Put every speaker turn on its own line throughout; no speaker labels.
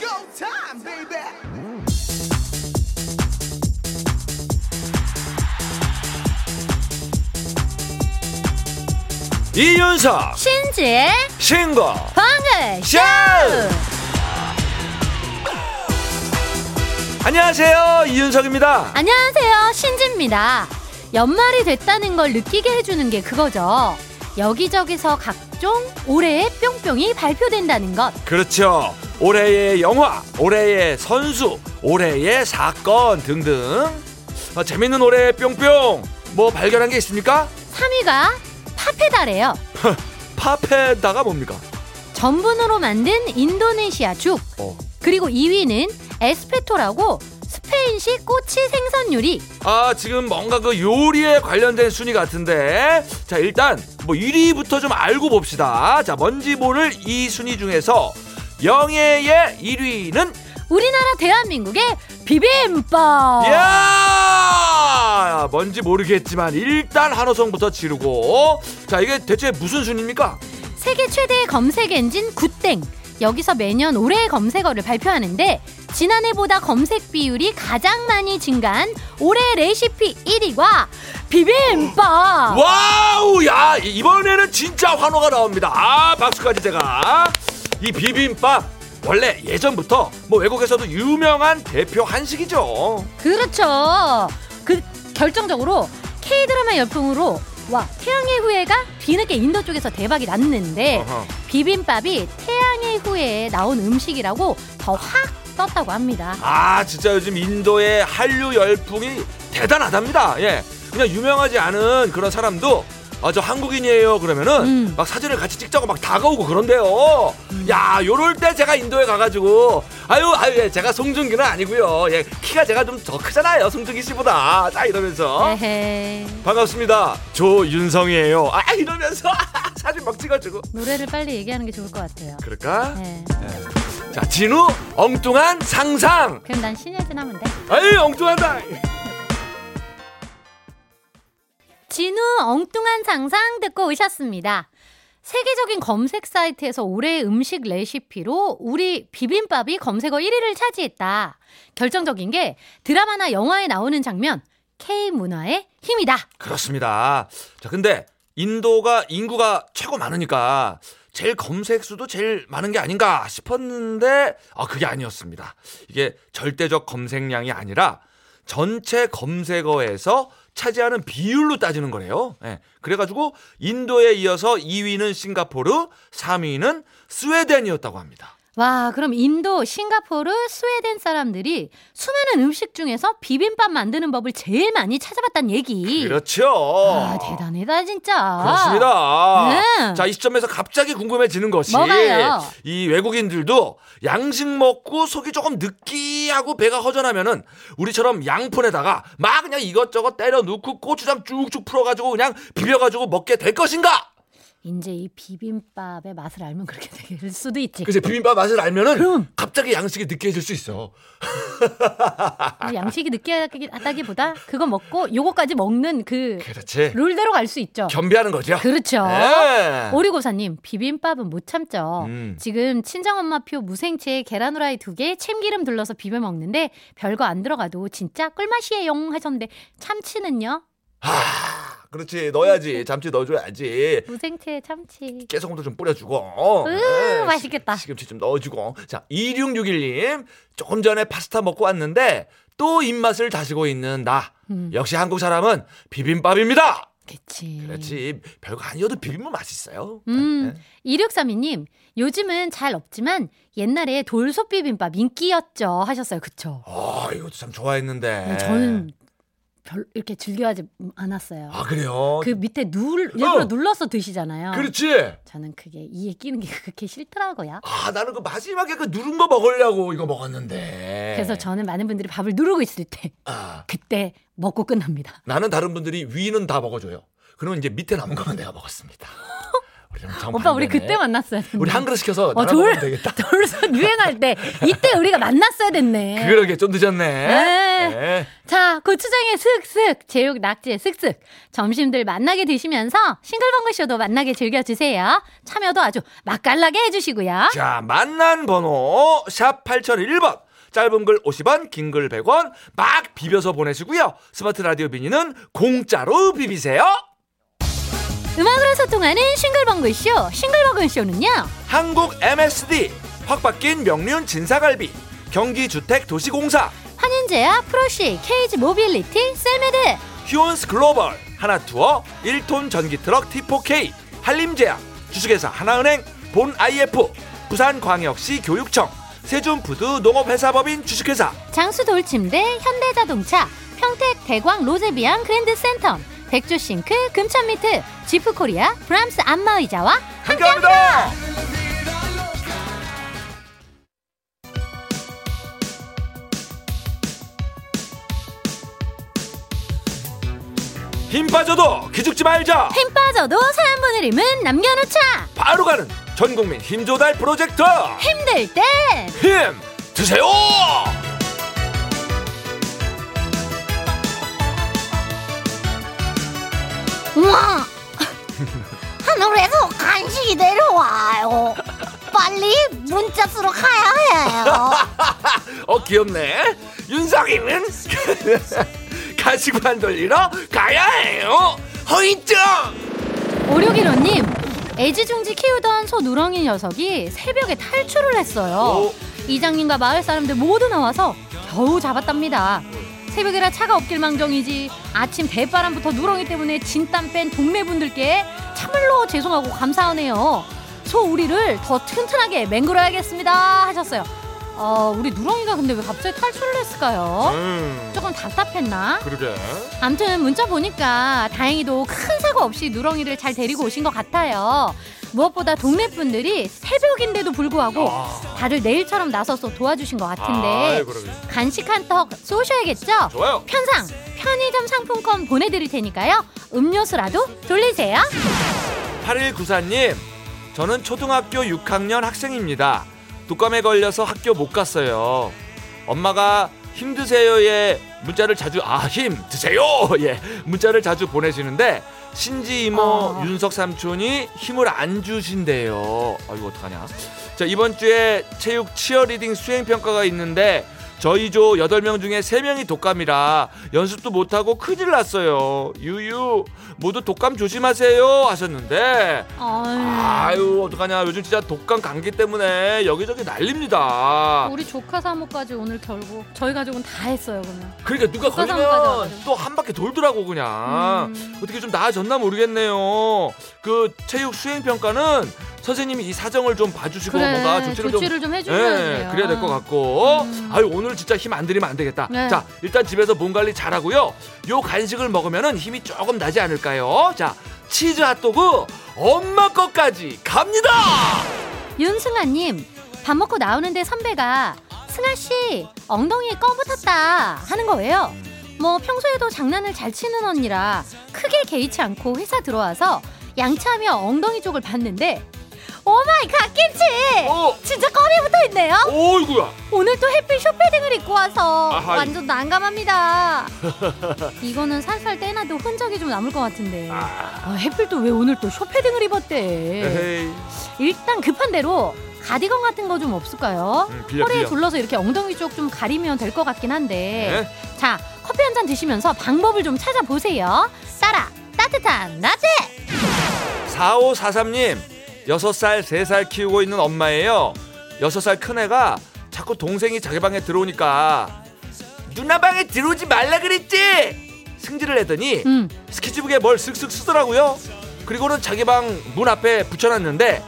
no time, baby.
이윤석
신지의
신곡
방글
쇼 안녕하세요 이윤석입니다
안녕하세요 신지입니다 연말이 됐다는 걸 느끼게 해주는 게 그거죠 여기저기서 각종 올해의 뿅뿅이 발표된다는 것
그렇죠 올해의 영화 올해의 선수 올해의 사건 등등 아, 재밌는 올해 뿅뿅 뭐 발견한 게 있습니까?
3위가 파페다래요
파페다가 뭡니까?
전분으로 만든 인도네시아 죽
어.
그리고 2위는 에스페토라고 스페인식 꼬치 생선 요리
아 지금 뭔가 그 요리에 관련된 순위 같은데 자 일단 뭐 1위부터 좀 알고 봅시다 자 뭔지 모를 이 순위 중에서 영예의 1위는
우리나라 대한민국의
예!
비빔밥
야 뭔지 모르겠지만 일단 한호성부터 지르고 자 이게 대체 무슨 순입니까?
세계 최대의 검색 엔진 굿땡. 여기서 매년 올해의 검색어를 발표하는데 지난해보다 검색 비율이 가장 많이 증가한 올해 레시피 1위가 비빔밥.
와우 야 이- 이번에는 진짜 환호가 나옵니다 아 박수까지 제가 이 비빔밥 원래 예전부터 뭐 외국에서도 유명한 대표 한식이죠
그렇죠. 그 결정적으로 K 드라마 열풍으로 와 태양의 후예가 뒤늦게 인도 쪽에서 대박이 났는데
어허.
비빔밥이 태양의 후예에 나온 음식이라고 더 확 떴다고 합니다.
아 진짜 요즘 인도의 한류 열풍이 대단하답니다. 예, 그냥 유명하지 않은 그런 사람도 아저 한국인이에요 그러면은
음.
막 사진을 같이 찍자고 막 다가오고 그런데요. 야 요럴 때 제가 인도에 가가지고 아유 아유 예, 제가 송중기는 아니고요. 예 키가 제가 좀 더 크잖아요 송중기 씨보다 자 이러면서
네. 에헤이.
반갑습니다 조윤성이에요. 아 이러면서 사진 막 찍어주고
노래를 빨리 얘기하는 게 좋을 것 같아요.
그럴까?
네.
자 진우 엉뚱한 상상.
그럼 난 신혜진 하면 돼.
아유 엉뚱하다.
진우 엉뚱한 상상 듣고 오셨습니다. 세계적인 검색 사이트에서 올해의 음식 레시피로 우리 비빔밥이 검색어 1위를 차지했다. 결정적인 게 드라마나 영화에 나오는 장면, K 문화의 힘이다.
그렇습니다. 자, 근데 인도가 인구가 최고 많으니까 제일 검색 수도 제일 많은 게 아닌가 싶었는데 아 그게 아니었습니다. 이게 절대적 검색량이 아니라 전체 검색어에서 차지하는 비율로 따지는 거래요. 예. 그래가지고 인도에 이어서 2위는 싱가포르, 3위는 스웨덴이었다고 합니다.
와, 그럼 인도, 싱가포르, 스웨덴 사람들이 수많은 음식 중에서 비빔밥 만드는 법을 제일 많이 찾아봤단 얘기.
그렇죠.
아, 대단하다 진짜.
그렇습니다.
네.
자, 이 시점에서 갑자기 궁금해지는 것이
뭐가요?
이 외국인들도 양식 먹고 속이 조금 느끼하고 배가 허전하면은 우리처럼 양푼에다가 막 그냥 이것저것 때려 넣고 고추장 쭉쭉 풀어 가지고 그냥 비벼 가지고 먹게 될 것인가?
이제 이 비빔밥의 맛을 알면 그렇게 될 수도 있지.
그래서 비빔밥 맛을 알면은
그럼.
갑자기 양식이 느끼해질 수 있어.
근데 아, 양식이 느끼하다기보다 그거 먹고 요거까지 먹는 그
그렇지.
룰대로 갈 수 있죠.
겸비하는 거죠.
그렇죠.
네.
오리고사님 비빔밥은 못 참죠.
음.
지금 친정엄마표 무생채 계란 후라이 두 개 참기름 둘러서 비벼 먹는데 별거 안 들어가도 진짜 꿀맛이에요 하셨는데 참치는요?
아, 그렇지. 넣어야지. 잠시 넣어 줘야지.
무생채 참치.
깨소금도 좀 뿌려주고.
으,
네,
음, 맛있겠다.
시- 시금치 좀 넣어주고. 자, 2661님. 조금 전에 파스타 먹고 왔는데 또 입맛을 다시고 있는 나.
음.
역시 한국 사람은 비빔밥입니다.
그치.
그렇지. 별거 아니어도 비빔밥 맛있어요.
음, 2632님, 요즘은 잘 없지만 옛날에 돌솥 비빔밥 인기였죠 하셨어요. 그쵸?
아, 이것도 참 좋아했는데.
네, 저는 별 이렇게 즐겨하지 않았어요.
아, 그래요?
그 밑에 누를 일부러
어.
눌러서 드시잖아요.
그렇지.
저는 그게 이에 끼는 게 그렇게 싫더라고요.
아, 나는 그 마지막에 그 누른 거 먹으려고 이거 먹었는데.
그래서 저는 많은 분들이 밥을 누르고 있을 때
아,
그때 먹고 끝납니다.
나는 다른 분들이 위는 다 먹어줘요. 그러면 이제 밑에 남은 거만 내가 먹었습니다. 우리랑
오빠 우리
아, 정반대네.
그때 만났어야 됐네.
우리 한 그릇 시켜서
어,
나눠
돌-
먹으면 되겠다. 그
돌솥 유행할 때 이때 우리가 만났어야 됐네.
그러게 좀 늦었네.
네.
네.
자, 그 고추장에 슥슥, 제육 낙지에 슥슥. 점심들 만나게 드시면서 싱글벙글쇼도 만나게 즐겨주세요. 참여도 아주 맛깔나게 해주시고요.
자, 만난 번호 샵 8001번. 짧은 글 50원, 긴 글 100원 막 비벼서 보내시고요. 스마트 라디오 미니는 공짜로 비비세요.
음악으로 소통하는 싱글벙글쇼, 싱글벙글쇼는요.
한국 MSD 확 바뀐 명륜 진사갈비 경기주택도시공사
환인제약, 프로시, 케이지 모빌리티, 셀메드.
휴온스 글로벌 하나투어 1톤 전기트럭 T4K 한림제약 주식회사 하나은행 본 IF 부산광역시 교육청 세준푸드 농업회사법인 주식회사
장수 돌침대, 현대자동차, 평택 대광 로제비앙 그랜드센텀, 백조싱크, 금천미트, 지프코리아, 브람스 안마의자와
함께합니다. 힘 빠져도 기죽지 말자.
힘 빠져도 사연 보낼 힘은 남겨놓자.
바로 가는 전국민 힘 조달 프로젝트
힘들 땐
힘 드세요.
우와! 하늘에서 간식이 내려와요. 빨리 문자수로 가야 해요.
어 귀엽네. 윤석이는 가시관 돌리러 가야 해요. 허인증.
오류기로님 애지중지 키우던 소 누렁이 녀석이 새벽에 탈출을 했어요.
오.
이장님과 마을 사람들 모두 나와서 겨우 잡았답니다. 새벽이라 차가 없길 망정이지 아침 대바람부터 누렁이 때문에 진땀 뺀 동네분들께 참을로 죄송하고 감사하네요. 소 우리를 더 튼튼하게 맹글어야겠습니다 하셨어요. 어, 우리 누렁이가 근데 왜 갑자기 탈출을 했을까요?
음
조금 답답했나?
그러게.
암튼 문자 보니까 다행히도 큰 사고 없이 누렁이를 잘 데리고 오신 것 같아요. 무엇보다 동네 분들이 새벽인데도 불구하고
아.
다들 내일처럼 나서서 도와주신 것 같은데
아이, 예, 그러게.
간식 한 턱 쏘셔야겠죠?
좋아요.
편상 편의점 상품권 보내드릴 테니까요. 음료수라도 돌리세요.
8194님, 저는 초등학교 6학년 학생입니다. 독감에 걸려서 학교 못 갔어요. 엄마가 힘드세요에 문자를 자주 아 힘 드세요 예 문자를 자주 보내시는데 신지 이모
어.
윤석 삼촌이 힘을 안 주신대요. 아 이거 어떡하냐? 자 이번 주에 체육 치어리딩 수행 평가가 있는데 저희 조 여덟 명 중에 세명이 독감이라 연습도 못하고 큰일 났어요. 유유 모두 독감 조심하세요 하셨는데
아유.
아유 어떡하냐 요즘 진짜 독감 감기 때문에 여기저기 난립니다.
우리 조카 사모까지 오늘 결국 저희 가족은 다 했어요 그러면.
그러니까 누가
독감까지
걸리면
와가지고.
또 한 바퀴 돌더라고 그냥.
음.
어떻게 좀 나아졌나 모르겠네요. 그 체육 수행 평가는 선생님이 이 사정을 좀 봐주시고
그래
뭔가
조치를,
조치를
좀
좀
해주셔야
예,
돼요.
그래야 될 것 같고.
음.
아유 오늘 진짜 힘 안 들이면 안 되겠다.
네.
자 일단 집에서 몸 관리 잘하고요. 요 간식을 먹으면은 힘이 조금 나지 않을까요? 자 치즈 핫도그 엄마 것까지 갑니다.
윤승아님 밥 먹고 나오는데 선배가 승아 씨 엉덩이에 껌 붙었다 하는 거예요. 뭐 평소에도 장난을 잘 치는 언니라 크게 개의치 않고 회사 들어와서 양치하며 엉덩이 쪽을 봤는데 오마이 갓김치
어,
진짜 껌이 붙어 있네요.
어이구야.
오늘 또 햇빛 쇼패딩을 입고 와서
아하이.
완전 난감합니다. 이거는 살살 떼놔도 흔적이 좀 남을 것 같은데.
아,
아, 햇빛도 왜 오늘 또 쇼패딩을 입었대?
에헤이.
일단 급한 대로 가디건 같은 거 좀 없을까요?
음, 빌려,
허리에
빌려.
둘러서 이렇게 엉덩이 쪽 좀 가리면 될 것 같긴 한데
네.
자 커피 한 잔 드시면서 방법을 좀 찾아보세요 따라 따뜻한 낮에
4543님, 6살, 3살 키우고 있는 엄마예요. 6살 큰애가 자꾸 동생이 자기 방에 들어오니까 누나 방에 들어오지 말라 그랬지! 승질을 내더니
음
스케치북에 뭘 쓱쓱 쓰더라고요. 그리고는 자기 방 문 앞에 붙여놨는데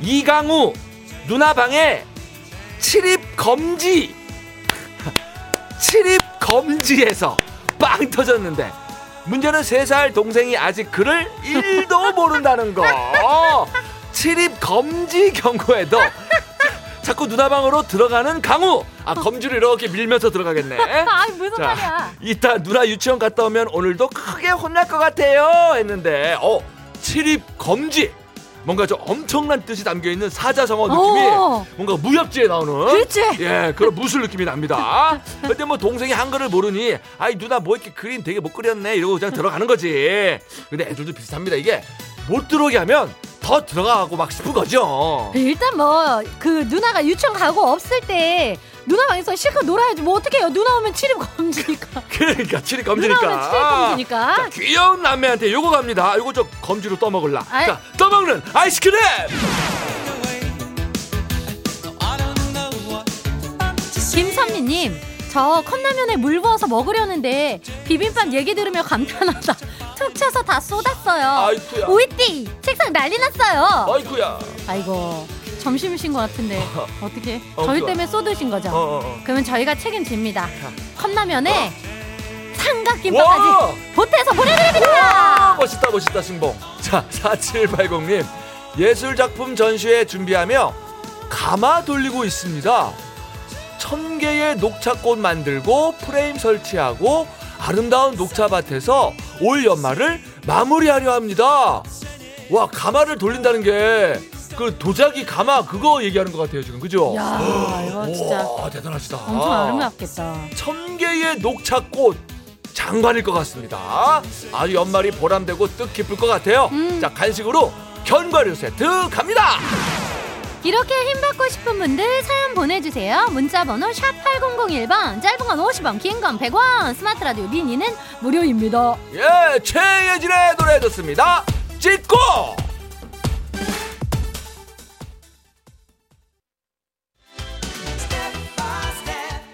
이강우 누나 방에 칠입 검지 칠입 검지에서 빵 터졌는데 문제는 세 살 동생이 아직 글을 일도 모른다는 거. 칠입 검지 경고에도 자꾸 누나 방으로 들어가는 강우. 아 검지를 이렇게 밀면서 들어가겠네.
아이 무슨
자.
말이야
이따 누나 유치원 갔다 오면 오늘도 크게 혼날 것 같아요 했는데 어 칠입 검지 뭔가 저 엄청난 뜻이 담겨 있는 사자성어 느낌이
어.
뭔가 무협지에 나오는
그렇지.
예 그런 무술 느낌이 납니다. 그때 뭐 동생이 한글을 모르니 아이 누나 뭐 이렇게 그림 되게 못 그렸네 이러고 그냥 들어가는 거지. 근데 애들도 비슷합니다. 이게 못 들어오게 하면 더 들어가고 막 싶은 거죠.
일단 뭐 그 누나가 유치원 가고 없을 때 누나 방에서 실컷 놀아야지 뭐 어떡해요 누나 오면 치립 검지니까
그러니까 치리
누나 오면 치립
검지니까. 아. 자,
검지니까
귀여운 남매한테 요거 갑니다. 아, 요거 좀 검지로 떠먹을라.
아이.
자, 떠먹는 아이스크림.
김선미님 저 컵라면에 물 부어서 먹으려는데 비빔밥 얘기 들으며 감탄하다 툭 쳐서 다 쏟았어요
아이쿠야.
오이띠 책상 난리 났어요
아이쿠야.
아이고 점심이신 것 같은데 어떻게
어,
저희
그거.
때문에 쏟으신 거죠
어, 어, 어.
그러면 저희가 책임집니다 컵라면에
와!
삼각김밥까지 보태서 보내드립니다
멋있다 멋있다 승봉. 자, 4780님. 예술 작품 전시회 준비하며 가마 돌리고 있습니다. 천 개의 녹차꽃 만들고 프레임 설치하고 아름다운 녹차밭에서 올 연말을 마무리하려 합니다. 와, 가마를 돌린다는 게 그 도자기 가마 그거 얘기하는 것 같아요, 지금. 그죠?
야 이거 어, 진짜
와, 대단하시다.
엄청 아름답겠다
천 개의 녹차꽃 장관일 것 같습니다. 아주 연말이 보람되고 뜻깊을 것 같아요.
음.
자 간식으로 견과류 세트 갑니다.
이렇게 힘 받고 싶은 분들 사연 보내주세요. 문자번호 샵 8001번, 짧은 건 50원, 긴 건 100원, 스마트 라디오 미니는 무료입니다.
예 최예진의 노래 듣습니다. 찍고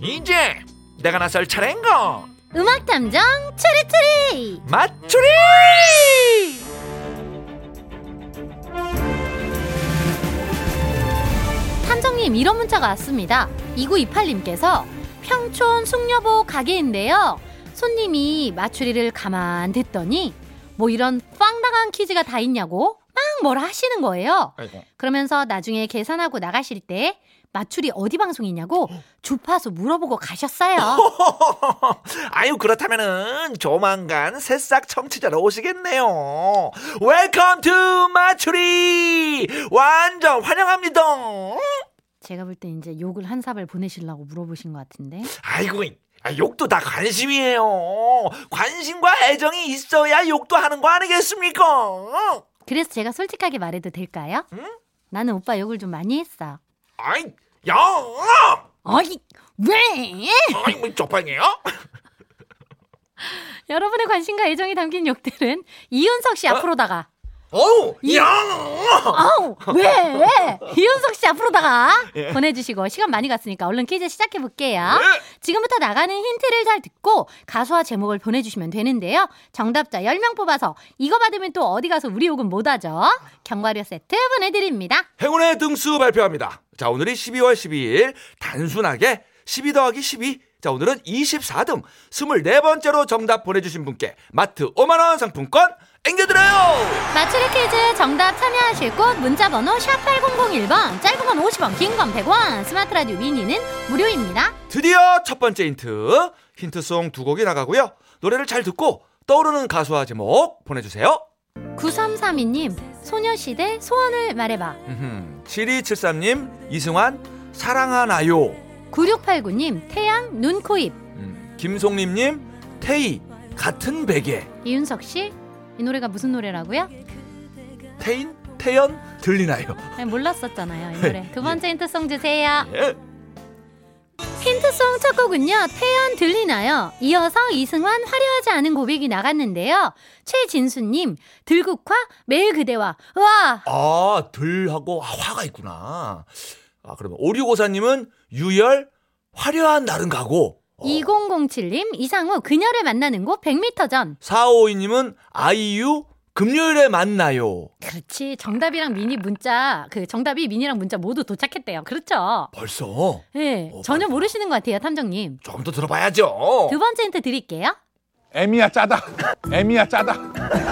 이제 내가 나설 차례인 거
음악 탐정 추리추리.
맞추리.
탐정님, 이런 문자가 왔습니다. 2928님께서 평촌 숙녀보 가게인데요. 손님이 마추리를 가만 듣더니 뭐 이런 빵당한 퀴즈가 다 있냐고 막 뭐라 하시는 거예요. 그러면서 나중에 계산하고 나가실 때 마출이 어디 방송이냐고 주파수 물어보고 가셨어요.
아유 그렇다면은 조만간 새싹 청취자로 오시겠네요. 웰컴 투 마추리 완전 환영합니다.
제가 볼 때 이제 욕을 한 삽을 보내시려고 물어보신 것 같은데.
아이고 아, 욕도 다 관심이에요. 관심과 애정이 있어야 욕도 하는 거 아니겠습니까?
그래서 제가 솔직하게 말해도 될까요? 나는 오빠 욕을 좀 많이 했어.
아이 야.
아니 왜?
아이 뭐 쪽방이에요?
여러분의 관심과 애정이 담긴 욕들은 이윤석 씨 앞으로다가.
어우 야.
아우 왜? 이윤석 씨 앞으로다가 보내주시고 시간 많이 갔으니까 얼른 퀴즈 시작해 볼게요. 지금부터 나가는 힌트를 잘 듣고 가수와 제목을 보내주시면 되는데요. 정답자 10명 뽑아서 이거 받으면 또 어디 가서 우리 욕은 못하죠. 견과류 세트 보내드립니다.
행운의 등수 발표합니다. 자, 오늘이 12월 12일. 단순하게 12 더하기 12. 자, 오늘은 24등 24번째로 정답 보내주신 분께 마트 5만원 상품권 앵겨드려요!
맞추리 퀴즈 정답 참여하실 곳 문자번호 샵8001번 짧은 건 50원 긴 건 100원 스마트 라디오 미니는 무료입니다.
드디어 첫 번째 힌트. 힌트송 두 곡이 나가고요. 노래를 잘 듣고 떠오르는 가수와 제목 보내주세요.
9332님 소녀시대 소원을 말해봐
7273님, 이승환, 사랑하나요.
9689님 태양 눈코입
음, 김송림님, 태희, 같은 베개.
이윤석 씨 이 노래가 무슨 노래라고요?
태인, 태연, 들리나요?
아니, 몰랐었잖아요 이 노래 두 번째 힌트송 주세요
예.
힌트송 첫 곡은요 태연 들리나요 이어서 이승환 화려하지 않은 고백이 나갔는데요 최진수님 들국화 매일 그대와 와
아, 들하고 화가 있구나. 아, 그러면 오류고사님은 유열 화려한 날은 가고. 어,
2007님 이상우 그녀를 만나는 곳 100m 전
452님은 아이유 금요일에 만나요.
그렇지. 정답이랑 미니 문자, 그 정답이 미니랑 문자 모두 도착했대요. 그렇죠.
벌써
예.
어,
전혀
맞다.
모르시는 것 같아요, 탐정님.
조금 더 들어봐야죠.
두 번째 힌트 드릴게요.
애미야 짜다. 애미야 짜다.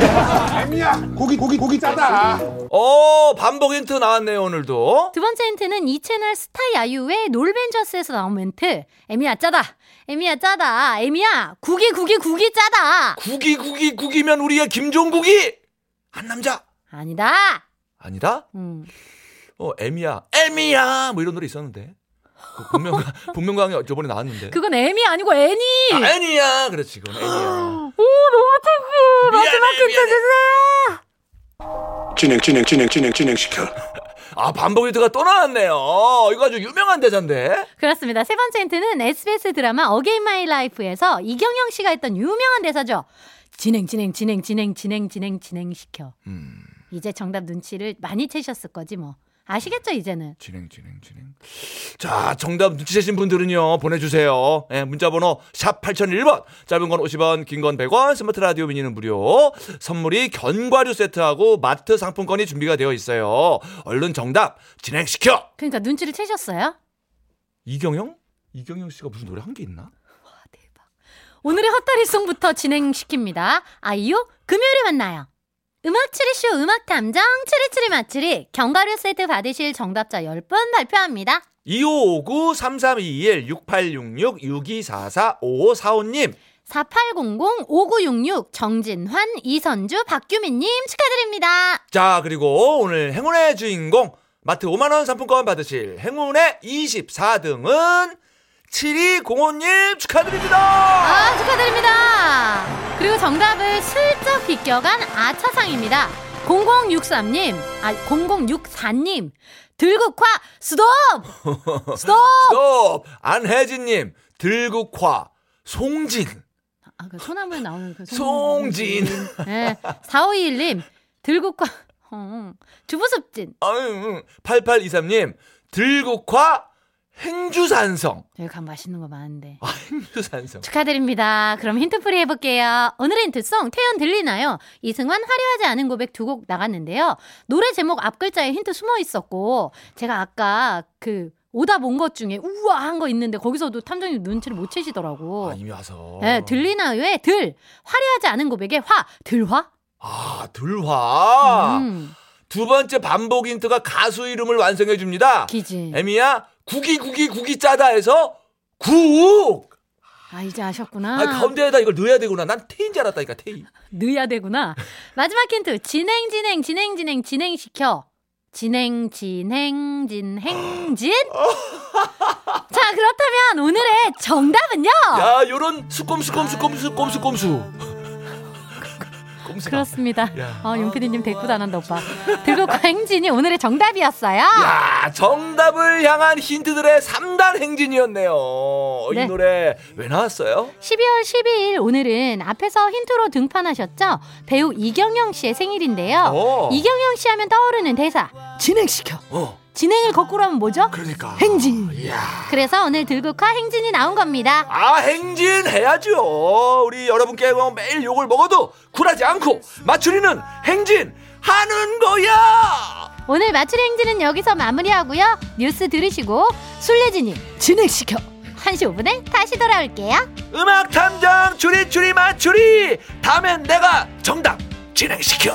애미야 고기 고기 고기 짜다.
어 반복 힌트 나왔네요 오늘도.
두 번째 힌트는 이 채널 스타 야유의 놀벤져스에서 나온 멘트. 에미야 짜다. 에미야 짜다. 에미야 구기 구기 구기 짜다.
구기 구기 구기면 우리의 김종국이 한 남자
아니다.
아니다.
음.
어 에미야 에미야 뭐 이런 노래 있었는데 그 분명가 분명강이 저번에 나왔는데.
그건 에미 아니고 애니.
네. 아, 애니야 그렇지 그건 애니야.
오 너무 창피해. 마지막
미안해,
힌트
미안해.
주세요.
진행 진행 진행 진행 진행시켜.
아 반복 힌트가 또 나왔네요. 이거 아주 유명한 대사인데.
그렇습니다. 세 번째 힌트는 SBS 드라마 어게인 마이 라이프에서 이경영 씨가 했던 유명한 대사죠. 진행 진행 진행 진행 진행 진행 진행 시켜.
음
이제 정답 눈치를 많이 채셨을 거지 뭐. 아시겠죠 이제는.
진행 진행 진행. 자 정답 눈치채신 분들은요 보내주세요. 예, 문자번호 샵 #8001번 짧은 건 50원, 긴 건 100원, 스마트 라디오 미니는 무료. 선물이 견과류 세트하고 마트 상품권이 준비가 되어 있어요. 얼른 정답 진행시켜.
그러니까 눈치를 채셨어요? 아,
이경영? 이경영 씨가 무슨 노래 한 게 있나?
오늘의 헛다리송부터 진행시킵니다. 아이유 금요일에 만나요. 음악 추리쇼 음악 탐정 추리추리 맞추리 견과류 세트 받으실 정답자 10분 발표합니다.
2559-3321-6866-6244-5545님.
4800-5966 정진환 이선주 박규민님 축하드립니다.
자, 그리고 오늘 행운의 주인공, 마트 5만원 상품권 받으실 행운의 24등은 7205님 축하드립니다!
아 축하드립니다. 그리고 정답을 슬쩍 비껴간 아차상입니다. 0063님, 아 0064님 들국화 스톱 스톱.
스톱! 안혜진님, 들국화, 송진.
아, 그 소나무에 나오는 그
송진.
네, 4521님 들국화 어, 주부습진
아유, 8823님, 들국화, 행주산성.
여기 가면 맛있는 거 많은데.
아, 행주산성.
축하드립니다. 그럼 힌트풀이 해볼게요. 오늘의 힌트송 태연 들리나요? 이승환 화려하지 않은 고백 두 곡 나갔는데요. 노래 제목 앞 글자에 힌트 숨어 있었고 제가 아까 그 오답 온 것 중에 우와 한 거 있는데 거기서도 탐정님 눈치를 못 채시더라고.
아, 이미 와서.
네, 들리나요의 들 화려하지 않은 고백의 화 들화.
아, 들화.
음,
두 번째 반복 힌트가 가수 이름을 완성해 줍니다.
기지.
에미야 구기 구기 구기 짜다에서 국.
아 이제 아셨구나.
아, 가운데에다 이걸 넣어야 되구나. 난 테인 줄 알았다니까 테이.
넣어야 되구나. 마지막 힌트. 진행, 진행, 진행, 진행, 진행시켜. 진행, 진행, 진행, 진. 자, 그렇다면 오늘의 정답은요?
야 요런 수꼼수꼼수꼼수꼼수꼼수. 꼼수.
그렇습니다.
야.
아, 용피디님 대꾸도 안 한다, 오빠. 들국화 행진이 오늘의 정답이었어요.
야 정답을 향한 힌트들의 3단 행진이었네요.
네.
이 노래 왜 나왔어요?
12월 12일 오늘은 앞에서 힌트로 등판하셨죠? 배우 이경영 씨의 생일인데요.
어.
이경영 씨 하면 떠오르는 대사. 진행시켜.
어
진행을 거꾸로 하면 뭐죠?
그러니까.
행진.
이야.
그래서 오늘 들국화 행진이 나온 겁니다.
아 행진 해야죠 우리 여러분께 뭐 매일 욕을 먹어도 굴하지 않고 맞추리는 행진 하는 거야
오늘 마출 행진은 여기서 마무리하고요. 뉴스 들으시고 술래진이 진행시켜. 1시 5분에 다시 돌아올게요.
음악 탐정 추리추리 맞추리 다음엔 내가 정답 진행시켜